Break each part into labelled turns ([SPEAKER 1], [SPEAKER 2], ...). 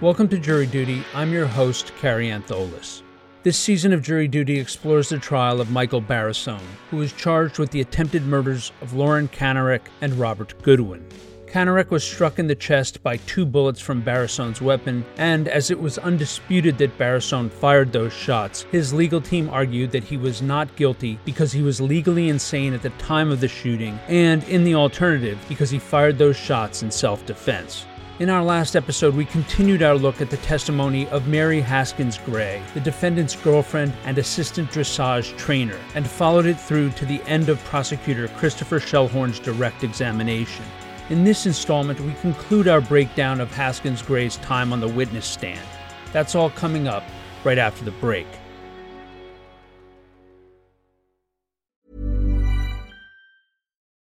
[SPEAKER 1] Welcome to Jury Duty. I'm your host, Carrie Antholis. This season of Jury Duty explores the trial of Michael Barrisone, who is charged with the attempted murders of Lauren Kanarek and Robert Goodwin. Kanarek was struck in the chest by two bullets from Barrisone's weapon, and as it was undisputed that Barrisone fired those shots, his legal team argued that he was not guilty because he was legally insane at the time of the shooting, and in the alternative, because he fired those shots in self defense. In our last episode, we continued our look at the testimony of Mary Haskins Gray, the defendant's girlfriend and assistant dressage trainer, and followed it through to the end of prosecutor Christopher Shellhorn's direct examination. In this installment, we conclude our breakdown of Haskins Gray's time on the witness stand. That's all coming up right after the break.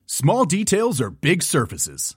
[SPEAKER 2] Small details are big surfaces,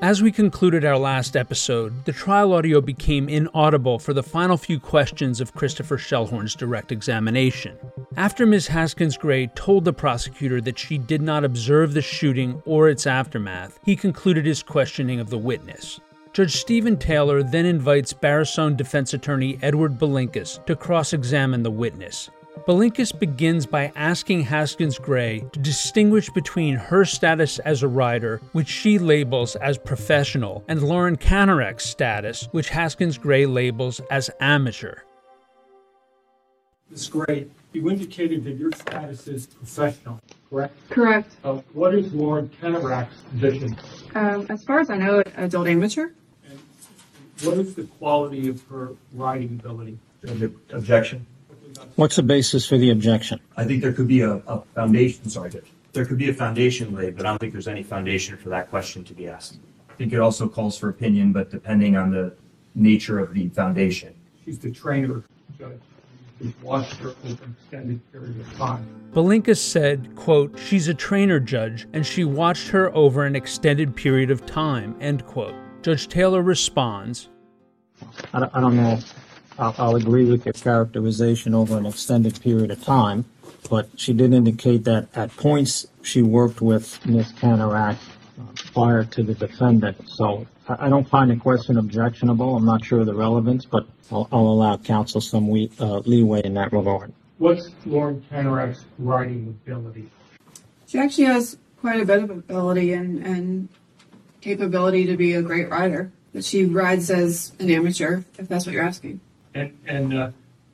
[SPEAKER 1] As we concluded our last episode, the trial audio became inaudible for the final few questions of Christopher Shellhorn's direct examination. After Ms. Haskins Gray told the prosecutor that she did not observe the shooting or its aftermath, he concluded his questioning of the witness. Judge Stephen Taylor then invites Barrisone defense attorney Edward Belinkus to cross examine the witness. Belinkus begins by asking Haskins Gray to distinguish between her status as a writer, which she labels as professional, and Lauren Kanarek's status, which Haskins Gray labels as amateur.
[SPEAKER 3] Ms. Gray, you indicated that your status is professional, correct?
[SPEAKER 4] Correct.
[SPEAKER 3] Uh, what is Lauren Kanarak's position?
[SPEAKER 4] Um, as far as I know, adult amateur.
[SPEAKER 3] And what is the quality of her writing ability?
[SPEAKER 5] Objection.
[SPEAKER 6] What's the basis for the objection?
[SPEAKER 5] I think there could be a, a foundation, sorry, there- there could be a foundation laid, but I don't think there's any foundation for that question to be asked. I think it also calls for opinion, but depending on the nature of the foundation.
[SPEAKER 3] She's the trainer, Judge. She's watched her over an extended period of time.
[SPEAKER 1] Belinkus said, quote, she's a trainer judge and she watched her over an extended period of time, end quote. Judge Taylor responds,
[SPEAKER 6] I don't, I don't know. I'll, I'll agree with your characterization over an extended period of time, but she did indicate that at points she worked with Ms. Canarak uh, prior to the defendant. So I, I don't find the question objectionable. I'm not sure of the relevance, but I'll, I'll allow counsel some we, uh, leeway in that regard.
[SPEAKER 3] What's Lauren Kanarak's writing ability?
[SPEAKER 4] She actually has quite a bit of ability and, and capability to be a great rider, but she rides as an amateur, if that's what you're asking.
[SPEAKER 3] And, and uh,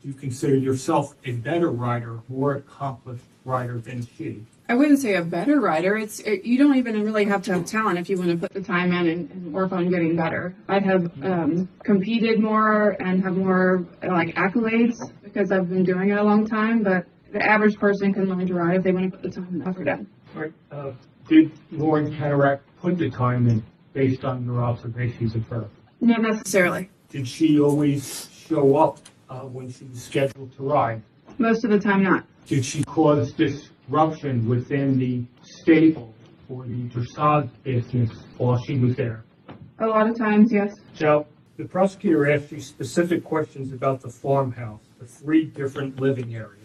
[SPEAKER 3] do you consider yourself a better writer, more accomplished writer than she?
[SPEAKER 4] I wouldn't say a better rider. It's it, you don't even really have to have talent if you want to put the time in and, and work on getting better. I have um, competed more and have more uh, like accolades because I've been doing it a long time. But the average person can learn to ride if they want to put the time and effort in.
[SPEAKER 3] Right. Uh, did Lauren Kanarak put the time in based on your observations of her?
[SPEAKER 4] Not necessarily.
[SPEAKER 3] Did she always show up uh, when she was scheduled to ride?
[SPEAKER 4] Most of the time, not.
[SPEAKER 3] Did she cause disruption within the stable or the dressage business while she was there?
[SPEAKER 4] A lot of times, yes.
[SPEAKER 3] Now, the prosecutor asked you specific questions about the farmhouse, the three different living areas.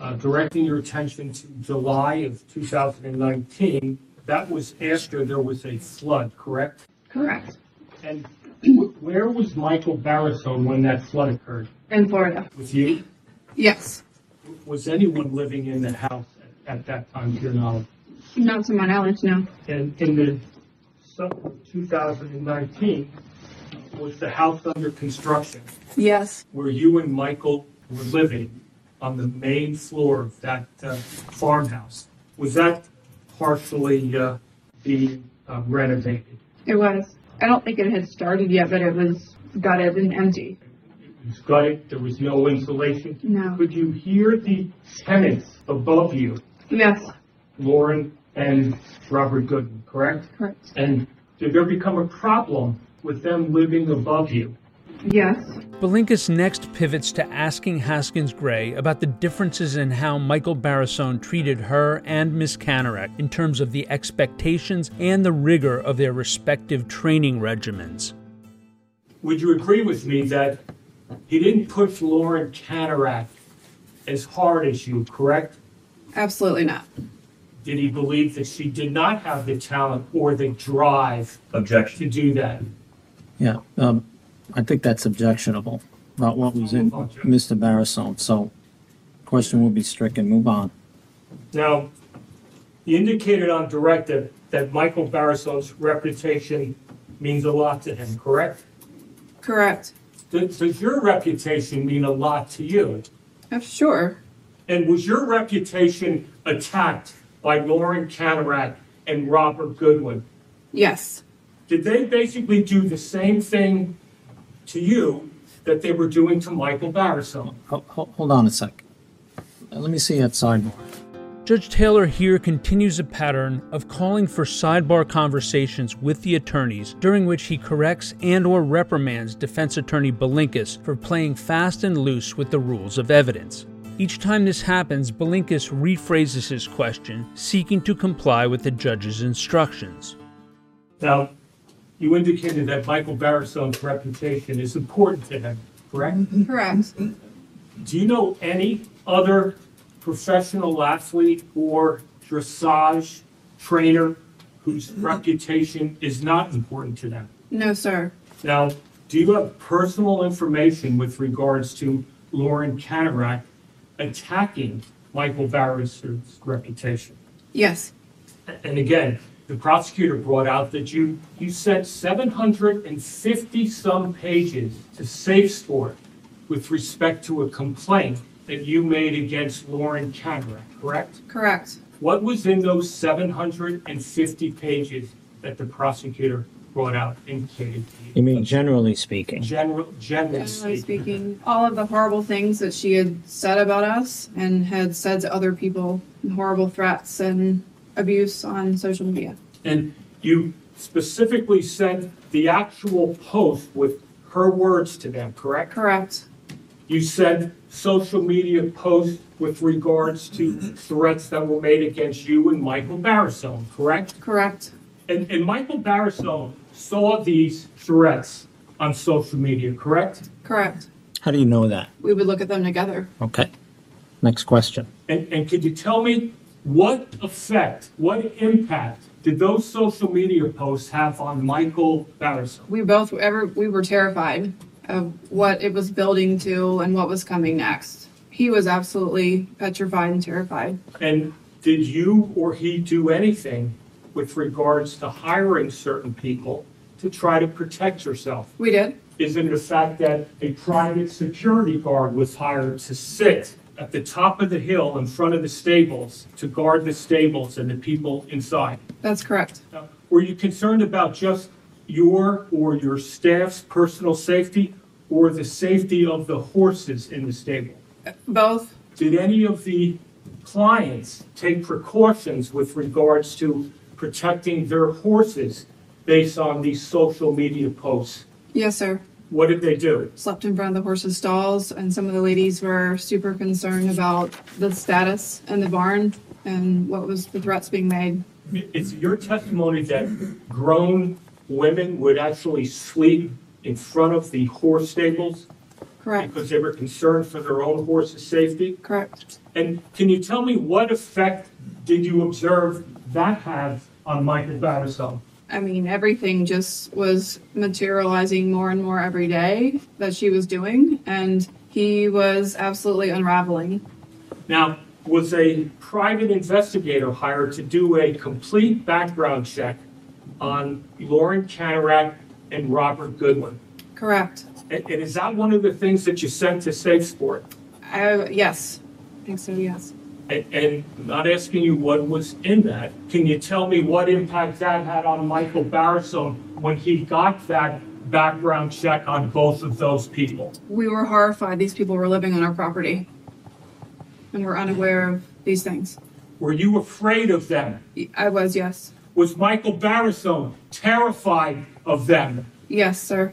[SPEAKER 3] Uh, directing your attention to July of 2019, that was after there was a flood, correct?
[SPEAKER 4] Correct.
[SPEAKER 3] And where was Michael Barrisone when that flood occurred?
[SPEAKER 4] In Florida.
[SPEAKER 3] With you?
[SPEAKER 4] Yes.
[SPEAKER 3] Was anyone living in the house at, at that time, to your knowledge?
[SPEAKER 4] Not to my knowledge, no.
[SPEAKER 3] And in the summer of 2019, was the house under construction
[SPEAKER 4] Yes.
[SPEAKER 3] where you and Michael were living on the main floor of that uh, farmhouse. Was that partially uh, being uh, renovated?
[SPEAKER 4] It was. I don't think it had started yet, but it was gutted and empty.
[SPEAKER 3] It was gutted. There was no insulation.
[SPEAKER 4] No.
[SPEAKER 3] Could you hear the tenants above you,
[SPEAKER 4] Yes.
[SPEAKER 3] Lauren and Robert Gooden, correct?
[SPEAKER 4] Correct.
[SPEAKER 3] And did there become a problem with them living above you?
[SPEAKER 4] Yes.
[SPEAKER 1] Belinkus next pivots to asking Haskins Gray about the differences in how Michael Barisone treated her and Miss Kanarek in terms of the expectations and the rigor of their respective training regimens.
[SPEAKER 3] Would you agree with me that he didn't push Lauren Canterac as hard as you, correct?
[SPEAKER 4] Absolutely not.
[SPEAKER 3] Did he believe that she did not have the talent or the drive to
[SPEAKER 5] Objection.
[SPEAKER 3] do that?
[SPEAKER 6] Yeah, um, I think that's objectionable, not what was in Mr. Barisone, so question will be stricken, move on.
[SPEAKER 3] Now, you indicated on direct that, that Michael Barisone's reputation means a lot to him, correct?
[SPEAKER 4] Correct.
[SPEAKER 3] Does, does your reputation mean a lot to you?
[SPEAKER 4] Uh, Sure.
[SPEAKER 3] And was your reputation attacked by Lauren Canterac and Robert Goodwin?
[SPEAKER 4] Yes.
[SPEAKER 3] Did they basically do the same thing to you that they were doing to Michael Barisone?
[SPEAKER 6] Ho- ho- Hold on a sec. Uh, Let me see that sidebar.
[SPEAKER 1] Judge Taylor here continues a pattern of calling for sidebar conversations with the attorneys during which he corrects and or reprimands defense attorney Belinkus for playing fast and loose with the rules of evidence. Each time this happens, Belinkus rephrases his question, seeking to comply with the judge's instructions.
[SPEAKER 3] Now, you indicated that Michael Barisone's reputation is important to him, correct?
[SPEAKER 4] Correct.
[SPEAKER 3] Do you know any other professional athlete or dressage trainer whose reputation is not important to them?
[SPEAKER 4] No, sir.
[SPEAKER 3] Now, do you have personal information with regards to Lauren Canterac attacking Michael Barrister's reputation?
[SPEAKER 4] Yes.
[SPEAKER 3] And again, the prosecutor brought out that you, you sent 750-some pages to SafeSport with respect to a complaint that you made against Lauren Canterac, correct?
[SPEAKER 4] Correct.
[SPEAKER 3] What was in those 750 pages that the prosecutor brought out indicated to you?
[SPEAKER 6] You mean generally speaking?
[SPEAKER 3] General, generally
[SPEAKER 4] Generally
[SPEAKER 3] speaking.
[SPEAKER 4] speaking, all of the horrible things that she had said about us and had said to other people, horrible threats and abuse on social media.
[SPEAKER 3] And you specifically sent the actual post with her words to them, correct?
[SPEAKER 4] Correct.
[SPEAKER 3] You said social media posts with regards to threats that were made against you and Michael Barisone, correct?
[SPEAKER 4] Correct.
[SPEAKER 3] And, and Michael Barisone saw these threats on social media, correct?
[SPEAKER 4] Correct.
[SPEAKER 6] How do you know that?
[SPEAKER 4] We would look at them together.
[SPEAKER 6] Okay. Next question.
[SPEAKER 3] And, and could you tell me what effect, what impact did those social media posts have on Michael Barisone?
[SPEAKER 4] We both ever we were terrified of what it was building to and what was coming next. He was absolutely petrified and terrified.
[SPEAKER 3] And did you or he do anything with regards to hiring certain people to try to protect yourself?
[SPEAKER 4] We did.
[SPEAKER 3] is in the fact that a private security guard was hired to sit at the top of the hill in front of the stables to guard the stables and the people inside.
[SPEAKER 4] That's correct.
[SPEAKER 3] Now, Were you concerned about just your or your staff's personal safety or the safety of the horses in the stable?
[SPEAKER 4] Both.
[SPEAKER 3] Did any of the clients take precautions with regards to protecting their horses based on these social media posts?
[SPEAKER 4] Yes, sir.
[SPEAKER 3] What did they do?
[SPEAKER 4] Slept in front of the horses' stalls, and some of the ladies were super concerned about the status in the barn and what was the threats being made.
[SPEAKER 3] It's your testimony that grown women would actually sleep in front of the horse stables
[SPEAKER 4] Correct.
[SPEAKER 3] because they were concerned for their own horse's safety?
[SPEAKER 4] Correct.
[SPEAKER 3] And can you tell me what effect did you observe that had on Michael Battersell?
[SPEAKER 4] I mean, everything just was materializing more and more every day that she was doing, and he was absolutely unraveling.
[SPEAKER 3] Now, was a private investigator hired to do a complete background check on Lauren Canterac and Robert Goodwin?
[SPEAKER 4] Correct.
[SPEAKER 3] And and is that one of the things that you sent to Safe Sport?
[SPEAKER 4] I, yes. I think so, yes.
[SPEAKER 3] And- And not asking you what was in that, can you tell me what impact that had on Michael Barisone when he got that background check on both of those people?
[SPEAKER 4] We were horrified these people were living on our property and were unaware of these things.
[SPEAKER 3] Were you afraid of them?
[SPEAKER 4] I was, yes.
[SPEAKER 3] Was Michael Barisone terrified of them?
[SPEAKER 4] Yes, sir.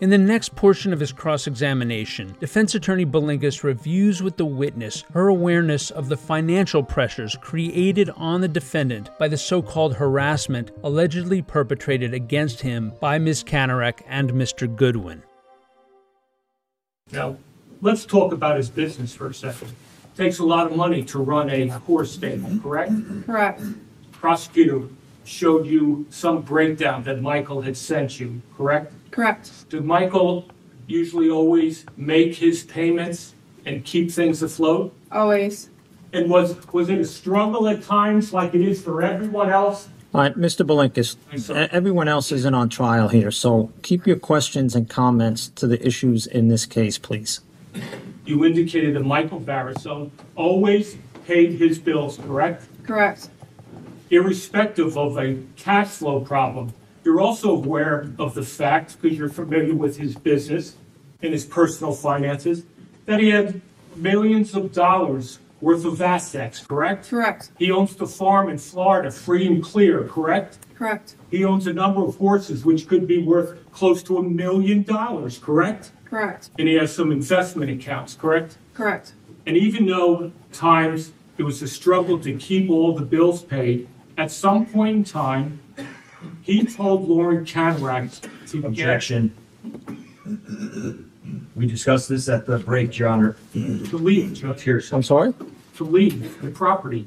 [SPEAKER 1] In the next portion of his cross examination, defense attorney Belingus reviews with the witness her awareness of the financial pressures created on the defendant by the so called harassment allegedly perpetrated against him by Ms. Kanarek and Mr. Goodwin.
[SPEAKER 3] Now, let's talk about his business for a second. Takes a lot of money to run a horse stable, correct?
[SPEAKER 4] Correct.
[SPEAKER 3] Prosecutor showed you some breakdown that Michael had sent you, correct?
[SPEAKER 4] Correct.
[SPEAKER 3] Did Michael usually always make his payments and keep things afloat?
[SPEAKER 4] Always.
[SPEAKER 3] And was, was it a struggle at times like it is for everyone else?
[SPEAKER 6] All right, Mr. Belinkis,
[SPEAKER 3] Thanks, sir.
[SPEAKER 6] e- everyone else isn't on trial here, so keep your questions and comments to the issues in this case, please.
[SPEAKER 3] You indicated that Michael Barisone always paid his bills, correct?
[SPEAKER 4] Correct.
[SPEAKER 3] irrespective of a cash flow problem. You're also aware of the fact, because you're familiar with his business and his personal finances, that he had millions of dollars worth of assets, correct?
[SPEAKER 4] Correct.
[SPEAKER 3] He owns the farm in Florida, free and clear, correct?
[SPEAKER 4] Correct.
[SPEAKER 3] He owns a number of horses which could be worth close to a million dollars, correct?
[SPEAKER 4] Correct.
[SPEAKER 3] And he has some investment accounts, correct?
[SPEAKER 4] Correct.
[SPEAKER 3] And even though at times it was a struggle to keep all the bills paid, at some point in time, he told Lauren Conrad to get
[SPEAKER 5] Objection. We discussed this at the break, Your Honor.
[SPEAKER 3] to leave, to
[SPEAKER 5] Hearsay.
[SPEAKER 6] I'm sorry?
[SPEAKER 3] to leave the property.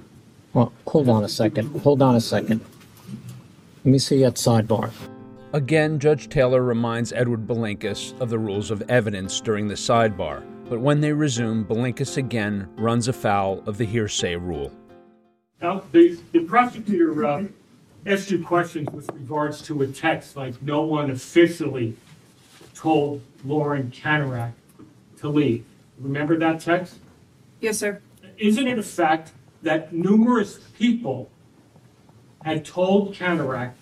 [SPEAKER 6] Well, hold on a second. Hold on a second. Let me see that sidebar.
[SPEAKER 1] Again, Judge Taylor reminds Edward Belinkus of the rules of evidence during the sidebar, but when they resume, Belinkus again runs afoul of the hearsay rule.
[SPEAKER 3] Now, the, the prosecutor uh, asked you questions with regards to a text, like no one officially told Lauren Conrad to leave. Remember that text?
[SPEAKER 4] Yes, sir.
[SPEAKER 3] isn't it a fact that numerous people had told Canarac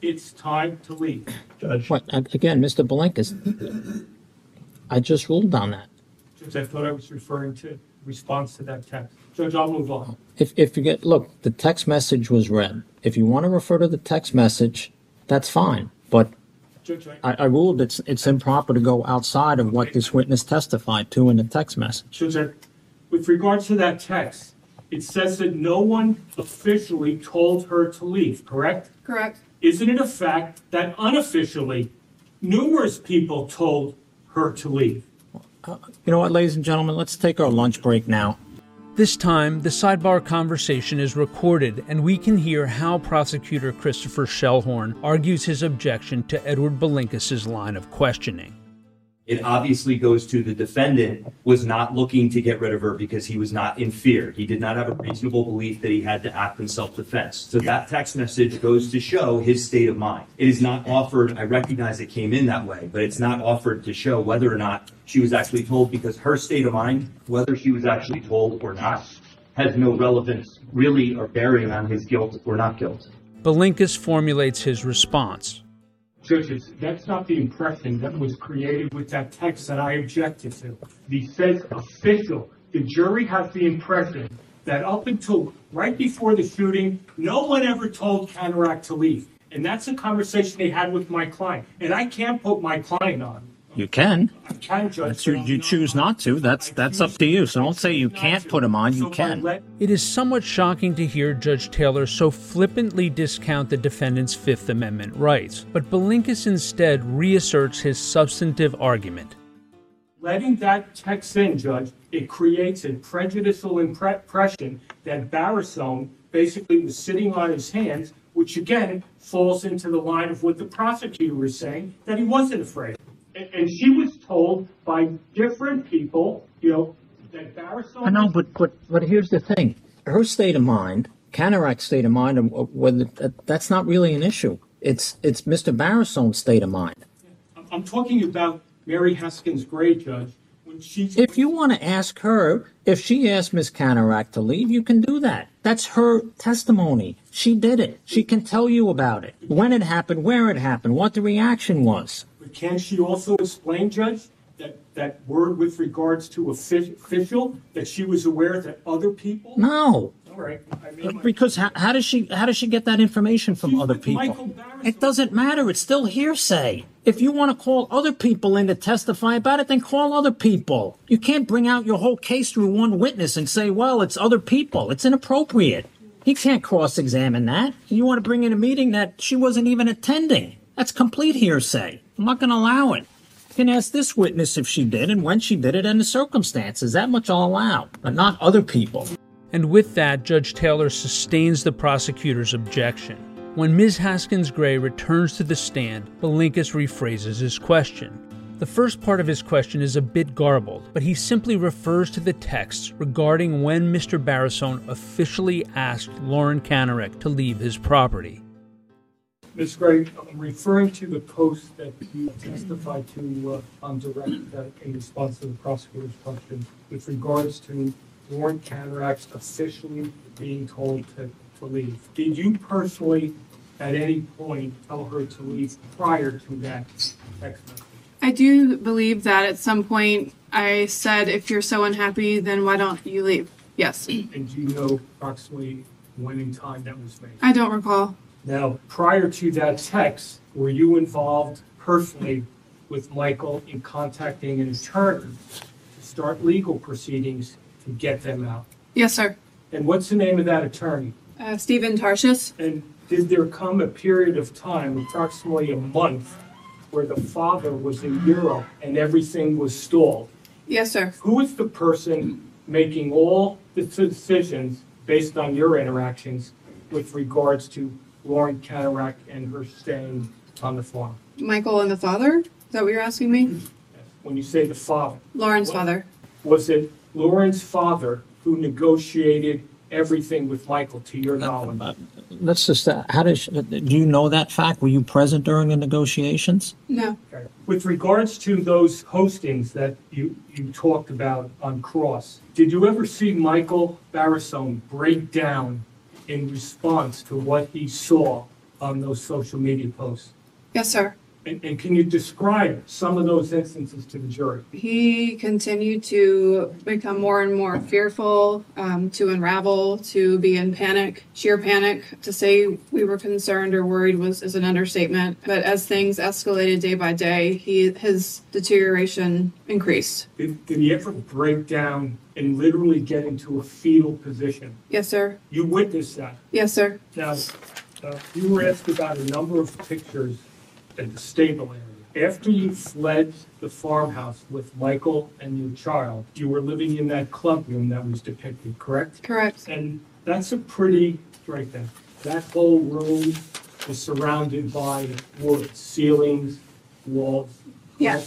[SPEAKER 3] it's time to leave?
[SPEAKER 5] Judge.
[SPEAKER 6] What, and again, Mr. Belinkis, I just ruled on that.
[SPEAKER 3] Judge, I thought I was referring to response to that text. Judge, I'll move on.
[SPEAKER 6] If, if you get, look, the text message was read. If you want to refer to the text message, that's fine. But
[SPEAKER 3] Judge, I,
[SPEAKER 6] I, I ruled it's, it's improper to go outside of what this witness testified to in the text message.
[SPEAKER 3] Judge, I, with regards to that text, it says that no one officially told her to leave, correct?
[SPEAKER 4] Correct.
[SPEAKER 3] Isn't it a fact that unofficially, numerous people told her to leave?
[SPEAKER 6] You know what, ladies and gentlemen, let's take our lunch break now.
[SPEAKER 1] This time, the sidebar conversation is recorded, and we can hear how prosecutor Christopher Shellhorn argues his objection to Edward Belinkus's line of questioning.
[SPEAKER 5] It obviously goes to the defendant was not looking to get rid of her because he was not in fear. He did not have a reasonable belief that he had to act in self-defense. So that text message goes to show his state of mind. It is not offered, I recognize it came in that way, but it's not offered to show whether or not she was actually told because her state of mind, whether she was actually told or not, has no relevance really or bearing on his guilt or not guilt.
[SPEAKER 1] Belinkus formulates his response.
[SPEAKER 3] Judges, that's not the impression that was created with that text that I objected to. The says official, the jury has the impression that up until right before the shooting, no one ever told Canarac to leave. And that's a conversation they had with my client. And I can't put my client on.
[SPEAKER 6] You can.
[SPEAKER 3] I can judge.
[SPEAKER 6] That's you, you choose not to. That's that's up to you. So don't say you can't put him on. You
[SPEAKER 3] So I
[SPEAKER 6] can.
[SPEAKER 3] let-
[SPEAKER 1] It is somewhat shocking to hear Judge Taylor so flippantly discount the defendant's Fifth Amendment rights, but Belinkus instead reasserts his substantive argument.
[SPEAKER 3] Letting that text in, Judge, it creates a prejudicial impre- impression that Barisone basically was sitting on his hands which again falls into the line of what the prosecutor was saying, that he wasn't afraid. A- And she was told by different people, you know, that Barrisone.
[SPEAKER 6] I know, but, but but here's the thing: her state of mind, Canarak's state of mind, uh, whether that, that's not really an issue. It's it's Mr. Barrisone's state of mind.
[SPEAKER 3] I'm- I'm talking about Mary Haskins Gray, Judge, when she.
[SPEAKER 6] If you want to ask her, if she asked Miss Canarak to leave, you can do that. That's her testimony. She did it. She can tell you about it, when it happened, where it happened, what the reaction was.
[SPEAKER 3] But can she also explain, Judge, that, that word with regards to offi- official, that she was aware that other people?
[SPEAKER 6] No,
[SPEAKER 3] All right, I made my-
[SPEAKER 6] because how, how does she how does she get that information from
[SPEAKER 3] She's
[SPEAKER 6] other
[SPEAKER 3] with
[SPEAKER 6] people?
[SPEAKER 3] Michael Barrison.
[SPEAKER 6] It doesn't matter. It's still hearsay. If you want to call other people in to testify about it, then call other people. You can't bring out your whole case through one witness and say, "Well, it's other people." It's inappropriate. He can't cross-examine that. You want to bring in a meeting that she wasn't even attending. That's complete hearsay. I'm not going to allow it. You can ask this witness if she did and when she did it and the circumstances. That much I'll allow, but not other people.
[SPEAKER 1] And with that, Judge Taylor sustains the prosecutor's objection. When Ms. Haskins Gray returns to the stand, Belinkus rephrases his question. The first part of his question is a bit garbled, but he simply refers to the texts regarding when Mr. Barrisone officially asked Lauren Kanarek to leave his property.
[SPEAKER 3] Ms. Gray, I'm um, referring to the post that you testified to uh, on direct uh, in response to the prosecutor's question with regards to Warren Cataracts officially being told to, to leave. Did you personally, at any point, tell her to leave prior to that text message?
[SPEAKER 4] I do believe that at some point I said, if you're so unhappy, then why don't you leave? Yes.
[SPEAKER 3] And do you know approximately when in time that was made?
[SPEAKER 4] I don't recall.
[SPEAKER 3] Now, prior to that text, were you involved personally with Michael in contacting an attorney to start legal proceedings to get them out?
[SPEAKER 4] Yes, sir.
[SPEAKER 3] And what's the name of that attorney?
[SPEAKER 4] Uh, Stephen Tarshis.
[SPEAKER 3] And did there come a period of time, approximately a month, where the father was in Europe and everything was stalled?
[SPEAKER 4] Yes, sir.
[SPEAKER 3] Who is the person making all the decisions based on your interactions with regards to Lauren Cataract and her staying on the farm?
[SPEAKER 4] Michael and the father? Is that what you're asking me?
[SPEAKER 3] When you say the father,
[SPEAKER 4] Lauren's father.
[SPEAKER 3] was it Lauren's father who negotiated everything with Michael, to your knowledge?
[SPEAKER 6] Let's just, uh, how does, do you know that fact? Were you present during the negotiations?
[SPEAKER 4] No.
[SPEAKER 3] Okay. With regards to those hostings that you, you talked about on Cross, did you ever see Michael Barrisone break down in response to what he saw on those social media posts?
[SPEAKER 4] Yes, sir.
[SPEAKER 3] And, and can you describe some of those instances to the jury?
[SPEAKER 4] He continued to become more and more fearful, um, to unravel, to be in panic, sheer panic. To say we were concerned or worried was is an understatement. But as things escalated day by day, he his deterioration increased.
[SPEAKER 3] Did, did he ever break down and literally get into a fetal position?
[SPEAKER 4] Yes, sir.
[SPEAKER 3] You witnessed that.
[SPEAKER 4] Yes, sir.
[SPEAKER 3] Now, uh, you were asked about a number of pictures at the stable area. After you fled the farmhouse with Michael and your child, you were living in that club room that was depicted, correct?
[SPEAKER 4] Correct.
[SPEAKER 3] And that's a pretty, right there, that whole room is surrounded by wood, ceilings, walls.
[SPEAKER 4] Yeah.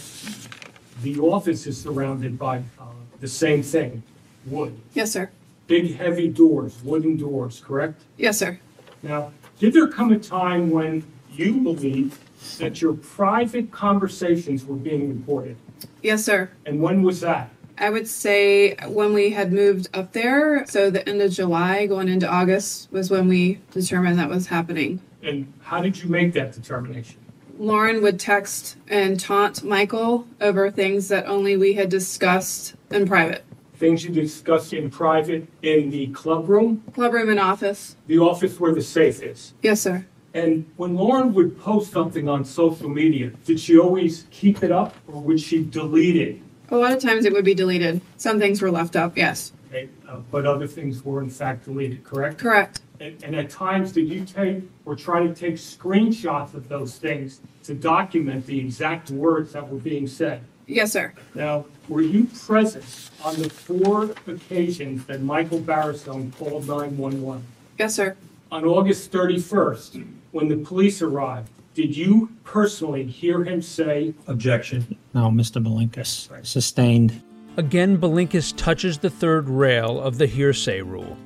[SPEAKER 3] The office is surrounded by uh, the same thing, wood.
[SPEAKER 4] Yes, sir.
[SPEAKER 3] Big, heavy doors, wooden doors, correct?
[SPEAKER 4] Yes, sir.
[SPEAKER 3] Now, did there come a time when you believed that your private conversations were being recorded?
[SPEAKER 4] Yes, sir.
[SPEAKER 3] And when was that?
[SPEAKER 4] I would say when we had moved up there, so the end of July going into August was when we determined that was happening.
[SPEAKER 3] And how did you make that determination?
[SPEAKER 4] Lauren would text and taunt Michael over things that only we had discussed in private
[SPEAKER 3] Things you discussed in private in the club room,
[SPEAKER 4] club room and office.
[SPEAKER 3] the office where the safe is.
[SPEAKER 4] Yes, sir.
[SPEAKER 3] And when Lauren would post something on social media, did she always keep it up or would she delete it?
[SPEAKER 4] A lot of times it would be deleted. Some things were left up. Yes.
[SPEAKER 3] Okay, uh, But other things were in fact deleted, correct?
[SPEAKER 4] Correct.
[SPEAKER 3] And, and at times, did you take or try to take screenshots of those things to document the exact words that were being said?
[SPEAKER 4] Yes, sir.
[SPEAKER 3] Now, were you present on the four occasions that Michael Barrisone called 911?
[SPEAKER 4] Yes, sir.
[SPEAKER 3] on August 31st, when the police arrived, did you personally hear him say,
[SPEAKER 7] Objection.
[SPEAKER 6] No, Mr. Belinkus, sustained.
[SPEAKER 1] Again, Belinkus touches the third rail of the hearsay rule.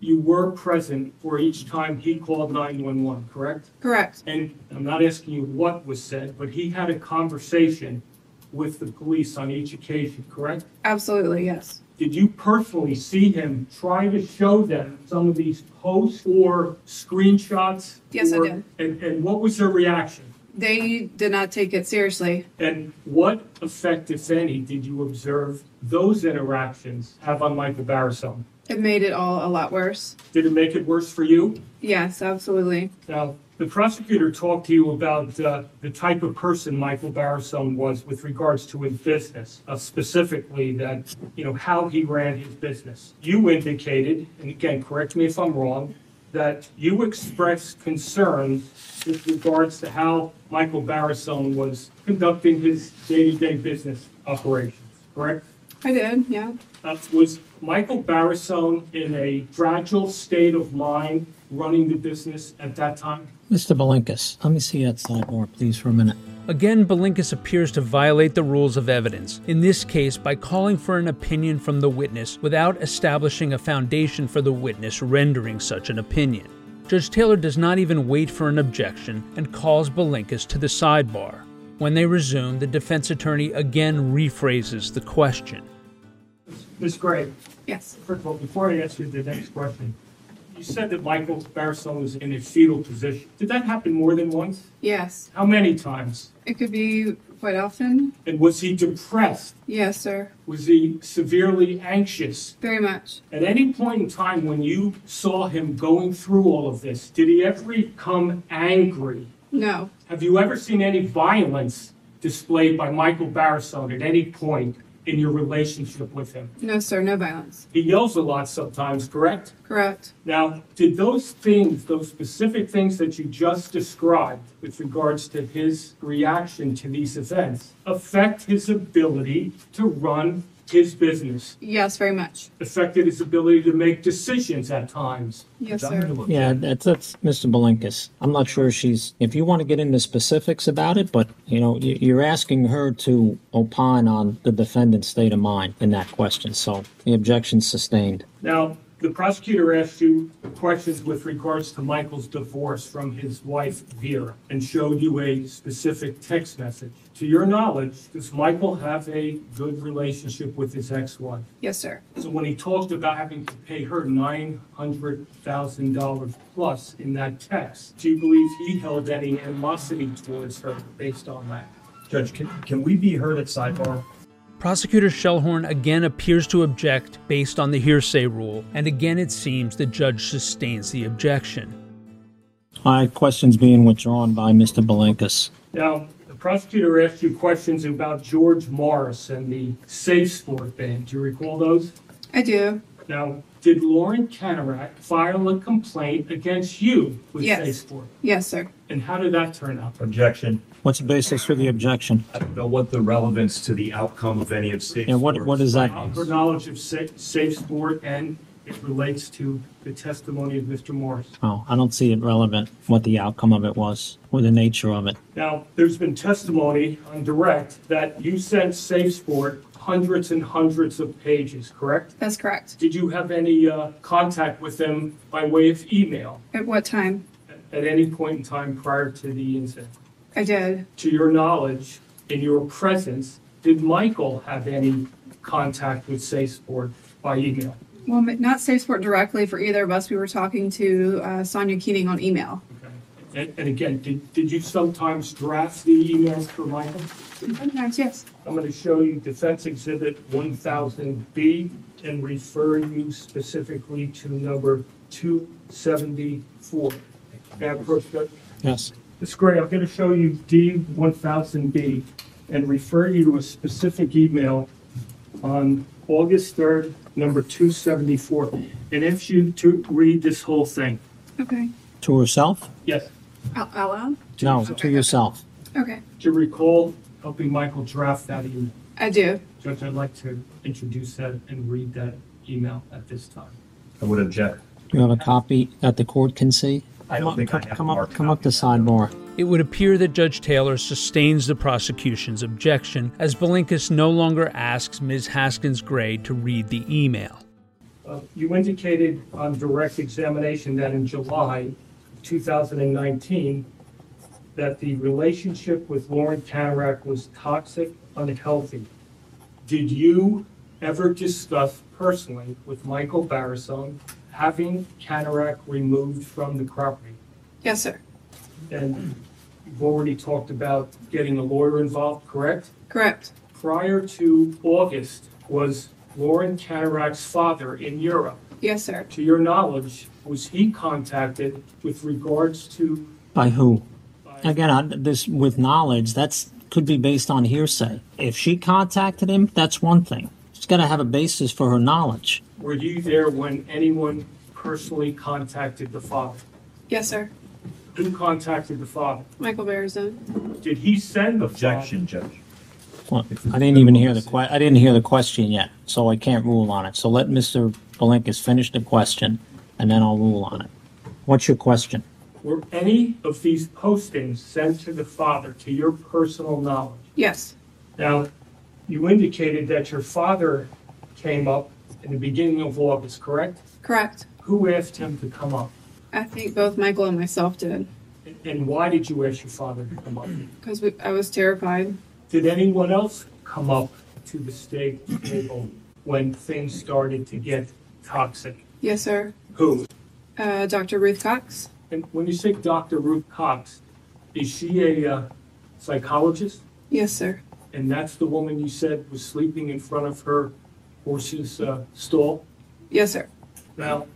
[SPEAKER 3] you were present for each time he called 911, correct?
[SPEAKER 4] Correct.
[SPEAKER 3] And I'm not asking you what was said, but he had a conversation with the police on each occasion, correct?
[SPEAKER 4] Absolutely, yes.
[SPEAKER 3] Did you personally see him try to show them some of these posts or screenshots?
[SPEAKER 4] Yes, I
[SPEAKER 3] or-
[SPEAKER 4] did.
[SPEAKER 3] And, and what was their reaction?
[SPEAKER 4] They did not take it seriously.
[SPEAKER 3] And what effect, if any, did you observe those interactions have on Michael Barrison?
[SPEAKER 4] It made it all a lot worse.
[SPEAKER 3] Did it make it worse for you?
[SPEAKER 4] Yes, absolutely.
[SPEAKER 3] Now, the prosecutor talked to you about uh, the type of person Michael Barrison was with regards to his business, uh, specifically that, you know, how he ran his business. You indicated, and again, correct me if I'm wrong, that you expressed concerns with regards to how Michael Barrison was conducting his day-to-day business operations, correct?
[SPEAKER 4] I did, yeah.
[SPEAKER 3] Uh, was Michael Barrison in a fragile state of mind running the business at that time?
[SPEAKER 6] Mr. Belinkus, let me see that sidebar, please, for a minute.
[SPEAKER 1] Again, Belinkus appears to violate the rules of evidence, in this case by calling for an opinion from the witness without establishing a foundation for the witness rendering such an opinion. Judge Taylor does not even wait for an objection and calls Belinkus to the sidebar. When they resume, the defense attorney again rephrases the question.
[SPEAKER 3] Ms. Gray,
[SPEAKER 4] Yes.
[SPEAKER 3] first of all, before I ask you the next question, you said that Michael Barrison was in a fetal position. Did that happen more than once?
[SPEAKER 4] Yes.
[SPEAKER 3] How many times?
[SPEAKER 4] It could be quite often.
[SPEAKER 3] And was he depressed?
[SPEAKER 4] Yes, sir.
[SPEAKER 3] Was he severely anxious?
[SPEAKER 4] Very much.
[SPEAKER 3] At any point in time when you saw him going through all of this, did he ever become angry?
[SPEAKER 4] No.
[SPEAKER 3] Have you ever seen any violence displayed by Michael Barrison at any point in your relationship with him?
[SPEAKER 4] No, sir. No violence.
[SPEAKER 3] He yells a lot sometimes, correct?
[SPEAKER 4] Correct.
[SPEAKER 3] Now, did those things, those specific things that you just described with regards to his reaction to these events, affect his ability to run his business?
[SPEAKER 4] Yes, very much.
[SPEAKER 3] Affected his ability to make decisions at times?
[SPEAKER 4] Yes, sir.
[SPEAKER 6] Yeah, that's, that's Mr. Belinkus. I'm not sure she's, if you want to get into specifics about it, but, you know, you- you're asking her to opine on the defendant's state of mind in that question, so the objection sustained.
[SPEAKER 3] Now, the prosecutor asked you questions with regards to Michael's divorce from his wife Vera and showed you a specific text message. To your knowledge, does Michael have a good relationship with his ex-wife?
[SPEAKER 4] Yes, sir.
[SPEAKER 3] So when he talked about having to pay her nine hundred thousand dollars plus in that text, do you believe he held any animosity towards her based on that?
[SPEAKER 7] Judge, can, can we be heard at sidebar?
[SPEAKER 1] Prosecutor Shellhorn again appears to object based on the hearsay rule, and again it seems the judge sustains the objection.
[SPEAKER 6] My question's being withdrawn by Mr. Belinkus.
[SPEAKER 3] Now, the prosecutor asked you questions about George Morris and the Safe Sport ban. Do you recall those?
[SPEAKER 4] I do.
[SPEAKER 3] Now, did Lauren Canarac file a complaint against you with
[SPEAKER 4] Yes.
[SPEAKER 3] Safe Sport?
[SPEAKER 4] Yes, sir.
[SPEAKER 3] And how did that turn out?
[SPEAKER 7] Objection.
[SPEAKER 6] What's the basis for the objection?
[SPEAKER 7] I don't know what the relevance to the outcome of any of state.
[SPEAKER 6] And what,
[SPEAKER 7] courts.
[SPEAKER 6] what is that?
[SPEAKER 3] Her knowledge of Sa- Safe Sport and it relates to the testimony of Mr. Morris.
[SPEAKER 6] Oh, I don't see it relevant, what the outcome of it was, or the nature of it.
[SPEAKER 3] Now, there's been testimony on direct that you sent SafeSport hundreds and hundreds of pages, correct?
[SPEAKER 4] That's correct.
[SPEAKER 3] Did you have any uh, contact with them by way of email
[SPEAKER 4] At what time?
[SPEAKER 3] at any point in time prior to the incident?
[SPEAKER 4] I did.
[SPEAKER 3] To your knowledge, in your presence, did Michael have any contact with SafeSport by email?
[SPEAKER 4] Well, m- not Safe Sport directly for either of us. We were talking to uh, Sonia Keating on email.
[SPEAKER 3] And and again, did did you sometimes draft the emails for Michael?
[SPEAKER 4] Sometimes, yes.
[SPEAKER 3] I'm going to show you Defense Exhibit 1000B and refer you specifically to number 274. May I approach that?
[SPEAKER 6] Yes.
[SPEAKER 3] Ms. Gray, I'm going to show you D1000B and refer you to a specific email on August 3rd, number 274. And if you to read this whole thing,
[SPEAKER 4] Okay.
[SPEAKER 6] To herself?
[SPEAKER 3] yes,
[SPEAKER 4] Out out loud?
[SPEAKER 6] No, to yourself.
[SPEAKER 4] Okay.
[SPEAKER 3] do you recall helping Michael draft that email?
[SPEAKER 4] I do.
[SPEAKER 3] Judge, I'd like to introduce that and read that email at this time.
[SPEAKER 7] I would object.
[SPEAKER 6] Do you have a copy that the court can see?
[SPEAKER 7] I
[SPEAKER 6] Come
[SPEAKER 7] don't
[SPEAKER 6] up,
[SPEAKER 7] think I
[SPEAKER 6] come-
[SPEAKER 7] have
[SPEAKER 6] come
[SPEAKER 7] a
[SPEAKER 6] up,
[SPEAKER 7] hard
[SPEAKER 6] come up
[SPEAKER 7] copy
[SPEAKER 6] to
[SPEAKER 7] of that.
[SPEAKER 6] sidebar.
[SPEAKER 1] It would appear that Judge Taylor sustains the prosecution's objection as Belinkus no longer asks Ms. Haskins Gray to read the email.
[SPEAKER 3] Uh, You indicated on direct examination that in July 2019, that the relationship with Lauren Tanrak was toxic, unhealthy. Did you ever discuss personally with Michael Barrison having Tanrak removed from the property?
[SPEAKER 4] Yes, sir.
[SPEAKER 3] And you've already talked about getting a lawyer involved, correct?
[SPEAKER 4] Correct.
[SPEAKER 3] Prior to August, was Lauren Tanarak's father in Europe?
[SPEAKER 4] Yes, sir.
[SPEAKER 3] To your knowledge, was he contacted with regards to,
[SPEAKER 6] By who? Again, I, this with knowledge, that's could be based on hearsay. If she contacted him, that's one thing. She's got to have a basis for her knowledge.
[SPEAKER 3] were you there when anyone personally contacted the father?
[SPEAKER 4] Yes, sir.
[SPEAKER 3] Who contacted the father?
[SPEAKER 4] Michael Barrison.
[SPEAKER 3] Did he send the father?
[SPEAKER 7] Objection, Judge.
[SPEAKER 6] Well, I didn't even hear the que- I didn't hear the question yet, so I can't rule on it. So let Mr. Belinkis finish the question, and then I'll rule on it. What's your question?
[SPEAKER 3] Were any of these postings sent to the father, to your personal knowledge?
[SPEAKER 4] Yes.
[SPEAKER 3] Now, you indicated that your father came up in the beginning of August, correct?
[SPEAKER 4] Correct.
[SPEAKER 3] Who asked him to come up?
[SPEAKER 4] I think both Michael and myself did
[SPEAKER 3] And why did you ask your father to come up?
[SPEAKER 4] because I was terrified.
[SPEAKER 3] Did anyone else come up to the state table when things started to get toxic?
[SPEAKER 4] Yes, sir.
[SPEAKER 3] Who?
[SPEAKER 4] Uh, Dr. Ruth Cox.
[SPEAKER 3] And when you say Dr. Ruth Cox, is she a uh, psychologist?
[SPEAKER 4] Yes, sir.
[SPEAKER 3] And that's the woman you said was sleeping in front of her horse's uh, stall?
[SPEAKER 4] Yes, sir.
[SPEAKER 3] Now,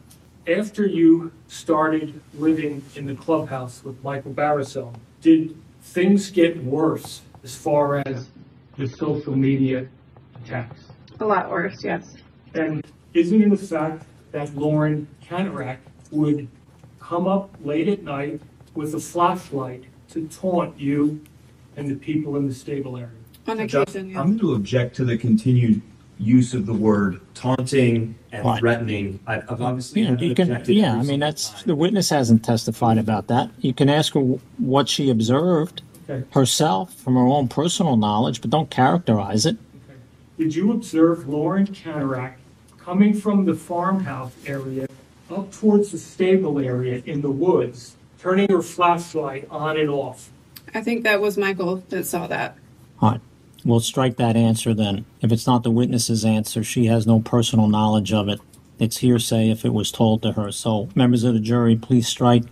[SPEAKER 3] after you started living in the clubhouse with Michael Barisone, did things get worse as far as the social media attacks?
[SPEAKER 4] A lot worse. Yes.
[SPEAKER 3] And isn't it a fact that Lauren Canarac would come up late at night with a flashlight to taunt you and the people in the stable area?
[SPEAKER 4] On
[SPEAKER 7] Judge,
[SPEAKER 4] occasion.
[SPEAKER 7] I'm
[SPEAKER 4] Yes.
[SPEAKER 7] going to object to the continued use of the word
[SPEAKER 5] taunting and
[SPEAKER 6] Why?
[SPEAKER 5] threatening. I've I've obviously.
[SPEAKER 6] Yeah, you can,
[SPEAKER 5] objected
[SPEAKER 6] yeah,
[SPEAKER 5] every
[SPEAKER 6] I mean,
[SPEAKER 5] single
[SPEAKER 6] that's,
[SPEAKER 5] time.
[SPEAKER 6] the witness hasn't testified about that. You can ask her what she observed
[SPEAKER 3] Okay.
[SPEAKER 6] herself from her own personal knowledge, but don't characterize it.
[SPEAKER 3] Did you observe Lauren Canarac coming from the farmhouse area up towards the stable area in the woods, turning her flashlight on and off?
[SPEAKER 4] I think that was Michael that saw that.
[SPEAKER 6] All right, we'll strike that answer then. If it's not the witness's answer, she has no personal knowledge of it. It's hearsay if it was told to her. So, members of the jury, please strike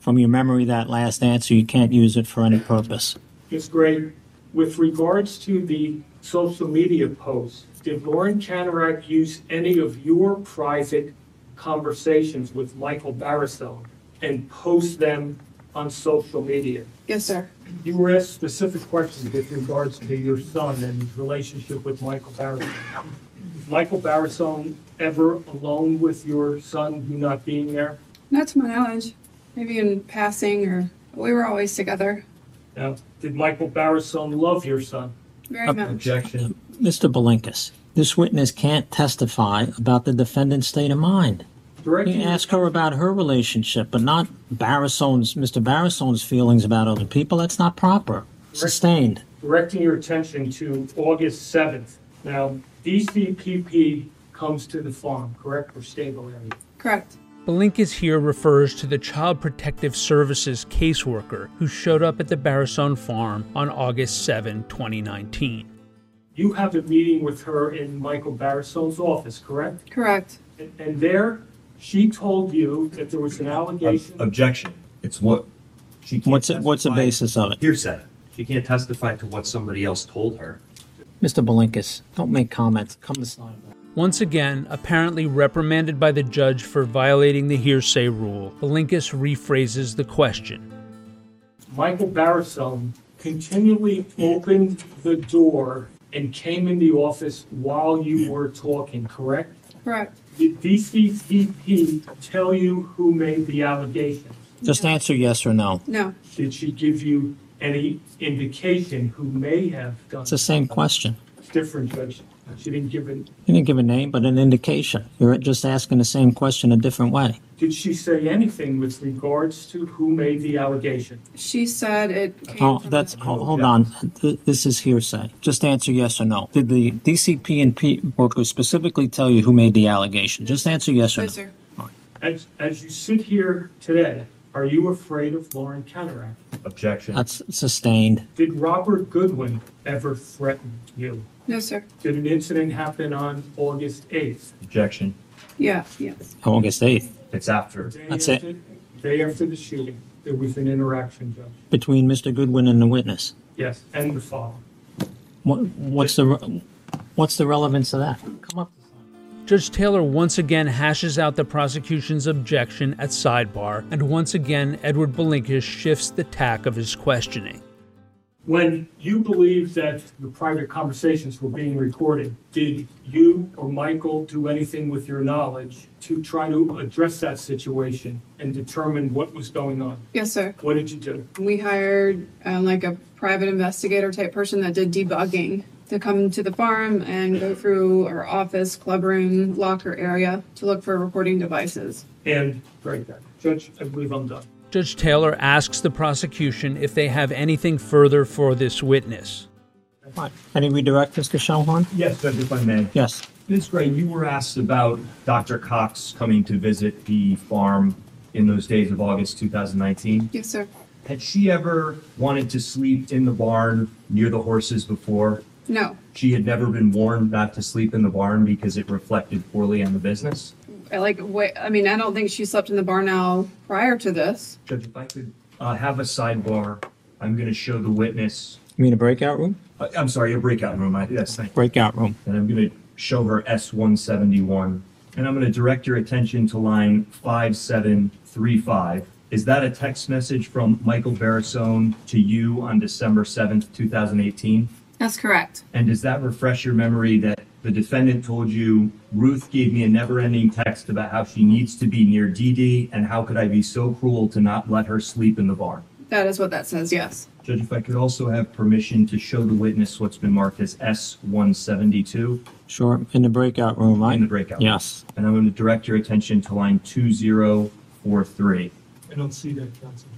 [SPEAKER 6] from your memory that last answer. You can't use it for any purpose.
[SPEAKER 3] Ms. Gray, with regards to the social media posts, did Lauren Chanarack use any of your private conversations with Michael Barrison and post them on social media?
[SPEAKER 4] Yes, sir.
[SPEAKER 3] You were asked specific questions with regards to your son and his relationship with Michael Barrison. Was Michael Barrison ever alone with your son, you not being there?
[SPEAKER 4] Not to my knowledge. Maybe in passing or we were always together.
[SPEAKER 3] Now, did Michael Barrison love your son?
[SPEAKER 4] Very much.
[SPEAKER 7] objection.
[SPEAKER 6] Mr. Belinkus, this witness can't testify about the defendant's state of mind.
[SPEAKER 3] Directing
[SPEAKER 6] You
[SPEAKER 3] your
[SPEAKER 6] ask her about her relationship, but not Barrisone's, Mr. Barrisone's feelings about other people. That's not proper. Sustained.
[SPEAKER 3] directing your attention to August 7th. Now, DCPP comes to the farm, correct, or stable area?
[SPEAKER 4] Correct.
[SPEAKER 1] Belinkus here refers to the Child Protective Services caseworker who showed up at the Barrison farm on August 7, 2019.
[SPEAKER 3] You have a meeting with her in Michael Barrisone's office, correct?
[SPEAKER 4] Correct.
[SPEAKER 3] And- And there, she told you that there was an allegation.
[SPEAKER 7] Objection. It's what she can't
[SPEAKER 6] What's, it, what's the
[SPEAKER 7] testify.
[SPEAKER 6] basis of it?
[SPEAKER 5] Hearsay. She can't testify to what somebody else told her.
[SPEAKER 6] Mr. Belinkus, don't make comments. Come to slide.
[SPEAKER 1] Once again, apparently reprimanded by the judge for violating the hearsay rule, Belinkus rephrases the question.
[SPEAKER 3] Michael Barrisone continually opened the door and came in the office while you were talking, correct?
[SPEAKER 4] Correct.
[SPEAKER 3] Did DCPP tell you who made the allegation?
[SPEAKER 6] Just answer yes or no.
[SPEAKER 4] No.
[SPEAKER 3] Did she give you any indication who may have done.
[SPEAKER 6] It's the same question.
[SPEAKER 3] Different judge. She didn't give it.
[SPEAKER 6] You didn't give a name, but an indication. You're just asking the same question a different way.
[SPEAKER 3] Did she say anything with regards to who made the allegation?
[SPEAKER 4] She said it came
[SPEAKER 6] Oh,
[SPEAKER 4] from
[SPEAKER 6] that's,
[SPEAKER 4] the-
[SPEAKER 6] ho- hold on. Th- This is hearsay. Just answer yes or no. Did the DCP and P workers specifically tell you who made the allegation? Just answer yes or
[SPEAKER 4] No,
[SPEAKER 6] no.
[SPEAKER 4] sir.
[SPEAKER 3] As, as you sit here today, are you afraid of Lauren Counteract?
[SPEAKER 7] Objection.
[SPEAKER 6] That's sustained.
[SPEAKER 3] Did Robert Goodwin ever threaten you?
[SPEAKER 4] No, sir.
[SPEAKER 3] Did an incident happen on August 8th?
[SPEAKER 7] Objection.
[SPEAKER 4] Yeah, yes.
[SPEAKER 6] August 8th,
[SPEAKER 7] It's after.
[SPEAKER 3] Day
[SPEAKER 6] That's it.
[SPEAKER 3] after- Day after the shooting, there was an interaction, Judge.
[SPEAKER 6] between Mr. Goodwin and the witness.
[SPEAKER 3] Yes, and the father.
[SPEAKER 6] What, what's the, re- what's the relevance of that? Come up.
[SPEAKER 1] Judge Taylor once again hashes out the prosecution's objection at sidebar, and once again, Edward Belinkus shifts the tack of his questioning.
[SPEAKER 3] When you believed that the private conversations were being recorded, did you or Michael do anything with your knowledge to try to address that situation and determine what was going on?
[SPEAKER 4] Yes, sir.
[SPEAKER 3] What did you do?
[SPEAKER 4] We hired uh, like a private investigator type person that did debugging to come to the farm and go through our office, club room, locker area to look for recording devices.
[SPEAKER 3] And, right there, Judge, I believe I'm done.
[SPEAKER 1] Judge Taylor asks the prosecution if they have anything further for this witness.
[SPEAKER 6] Right. Any redirect, Mr. Shalhorn?
[SPEAKER 7] Yes, Judge, if I may.
[SPEAKER 6] Yes.
[SPEAKER 7] Ms. Gray, you were asked about Dr. Cox coming to visit the farm in those days of August 2019.
[SPEAKER 4] Yes, sir.
[SPEAKER 7] Had she ever wanted to sleep in the barn near the horses before?
[SPEAKER 4] No,
[SPEAKER 7] She had never been warned not to sleep in the barn because it reflected poorly on the business.
[SPEAKER 4] I like wait, I mean, I don't think she slept in the barn owl prior to this.
[SPEAKER 7] Judge, if I could uh, have a sidebar, I'm going to show the witness.
[SPEAKER 6] You mean a breakout room?
[SPEAKER 7] Uh, I'm sorry, a breakout room. I, yes, thank you.
[SPEAKER 6] Breakout room.
[SPEAKER 7] And I'm going to show her S171. And I'm going to direct your attention to line 5735. Is that a text message from Michael Barisone to you on December 7th, 2018?
[SPEAKER 4] That's correct.
[SPEAKER 7] And does that refresh your memory that the defendant told you, Ruth gave me a never ending text about how she needs to be near Dee Dee, and how could I be so cruel to not let her sleep in the barn?
[SPEAKER 4] That is what that says, yes.
[SPEAKER 7] Judge, if I could also have permission to show the witness what's been marked as S172
[SPEAKER 6] Sure. In the breakout room, right?
[SPEAKER 7] in the breakout.
[SPEAKER 6] Yes.
[SPEAKER 7] And I'm going to direct your attention to line 2043.
[SPEAKER 3] I don't see that, counsel.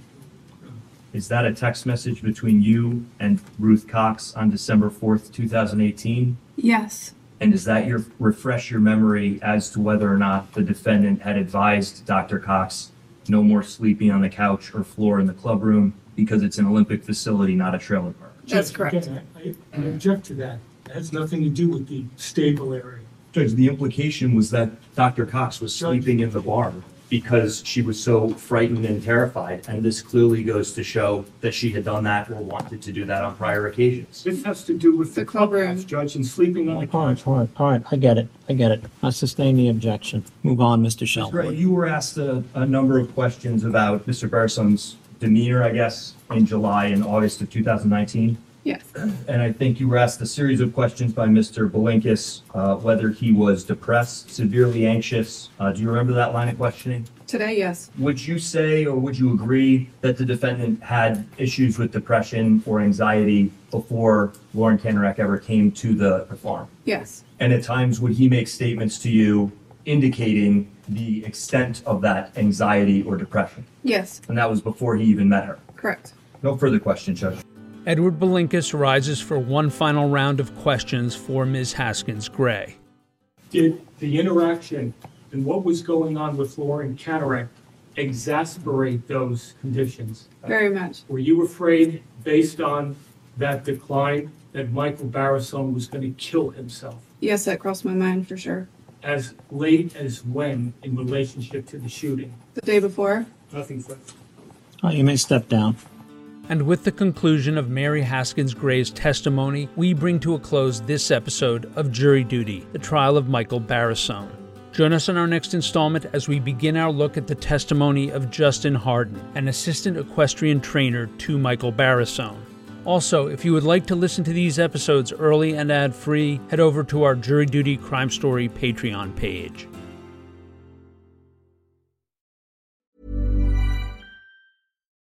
[SPEAKER 7] Is that a text message between you and Ruth Cox on December 4th, 2018?
[SPEAKER 4] Yes.
[SPEAKER 7] And does that your, refresh your memory as to whether or not the defendant had advised Dr. Cox no more sleeping on the couch or floor in the club room because it's an Olympic facility, not a trailer park?
[SPEAKER 4] That's
[SPEAKER 3] Judge,
[SPEAKER 4] correct.
[SPEAKER 3] again, I I object to that. It has nothing to do with the stable area.
[SPEAKER 7] Judge, the implication was that
[SPEAKER 5] Dr. Cox was sleeping in the barn because she was so frightened and terrified. And this clearly goes to show that she had done that or wanted to do that on prior occasions.
[SPEAKER 3] This has to do with the
[SPEAKER 4] The club room.
[SPEAKER 3] clubhouse, Judge, and sleeping on the
[SPEAKER 6] All
[SPEAKER 3] couch.
[SPEAKER 6] right, all right, all right. I get it. I get it. I sustain the objection. Move on, Mr.
[SPEAKER 7] Right,
[SPEAKER 6] Shalhorn.
[SPEAKER 7] you were asked a, a number of questions about Mr. Barsone's demeanor, I guess, in July and August of 2019.
[SPEAKER 4] Yes.
[SPEAKER 7] And I think you were asked a series of questions by Mr. Belinkis, uh, whether he was depressed, severely anxious. Uh, do you remember that line of questioning?
[SPEAKER 4] Today, yes.
[SPEAKER 7] Would you say or would you agree that the defendant had issues with depression or anxiety before Lauren Canarac ever came to the, the farm?
[SPEAKER 4] Yes.
[SPEAKER 7] And at times, would he make statements to you indicating the extent of that anxiety or depression?
[SPEAKER 4] Yes.
[SPEAKER 7] And that was before he even met her.
[SPEAKER 4] Correct.
[SPEAKER 7] No further question, Judge.
[SPEAKER 1] Edward Belinkus rises for one final round of questions for Ms. Haskins Gray.
[SPEAKER 3] Did the interaction and what was going on with Lauren Cataract exacerbate those conditions?
[SPEAKER 4] Very much.
[SPEAKER 3] Were you afraid, based on that decline, that Michael Barrison was going to kill himself?
[SPEAKER 4] Yes, that crossed my mind for sure.
[SPEAKER 3] As late as when in relationship to the shooting?
[SPEAKER 4] The day before,
[SPEAKER 3] Nothing further.
[SPEAKER 6] Oh, you may step down.
[SPEAKER 1] And with the conclusion of Mary Haskins Gray's testimony, we bring to a close this episode of Jury Duty, the trial of Michael Barrisone. Join us in our next installment as we begin our look at the testimony of Justin Harden, an assistant equestrian trainer to Michael Barrisone. Also, if you would like to listen to these episodes early and ad free, head over to our Jury Duty Crime Story Patreon page.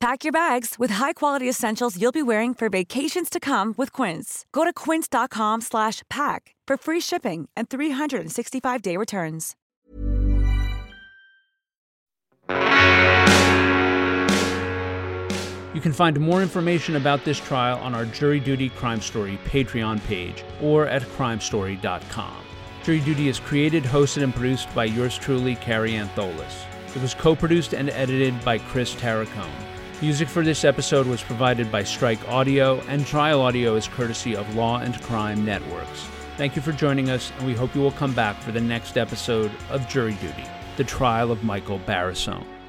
[SPEAKER 8] Pack your bags with high-quality essentials you'll be wearing for vacations to come with Quince. Go to quince.com slash pack for free shipping and 365-day returns.
[SPEAKER 1] You can find more information about this trial on our Jury Duty Crime Story Patreon page or at crimestory.com. Jury Duty is created, hosted, and produced by yours truly, Carrie Antholis. It was co produced and edited by Chris Terracone. Music for this episode was provided by Strike Audio, and trial audio is courtesy of Law and Crime Networks. Thank you for joining us, and we hope you will come back for the next episode of Jury Duty The Trial of Michael Barrisone.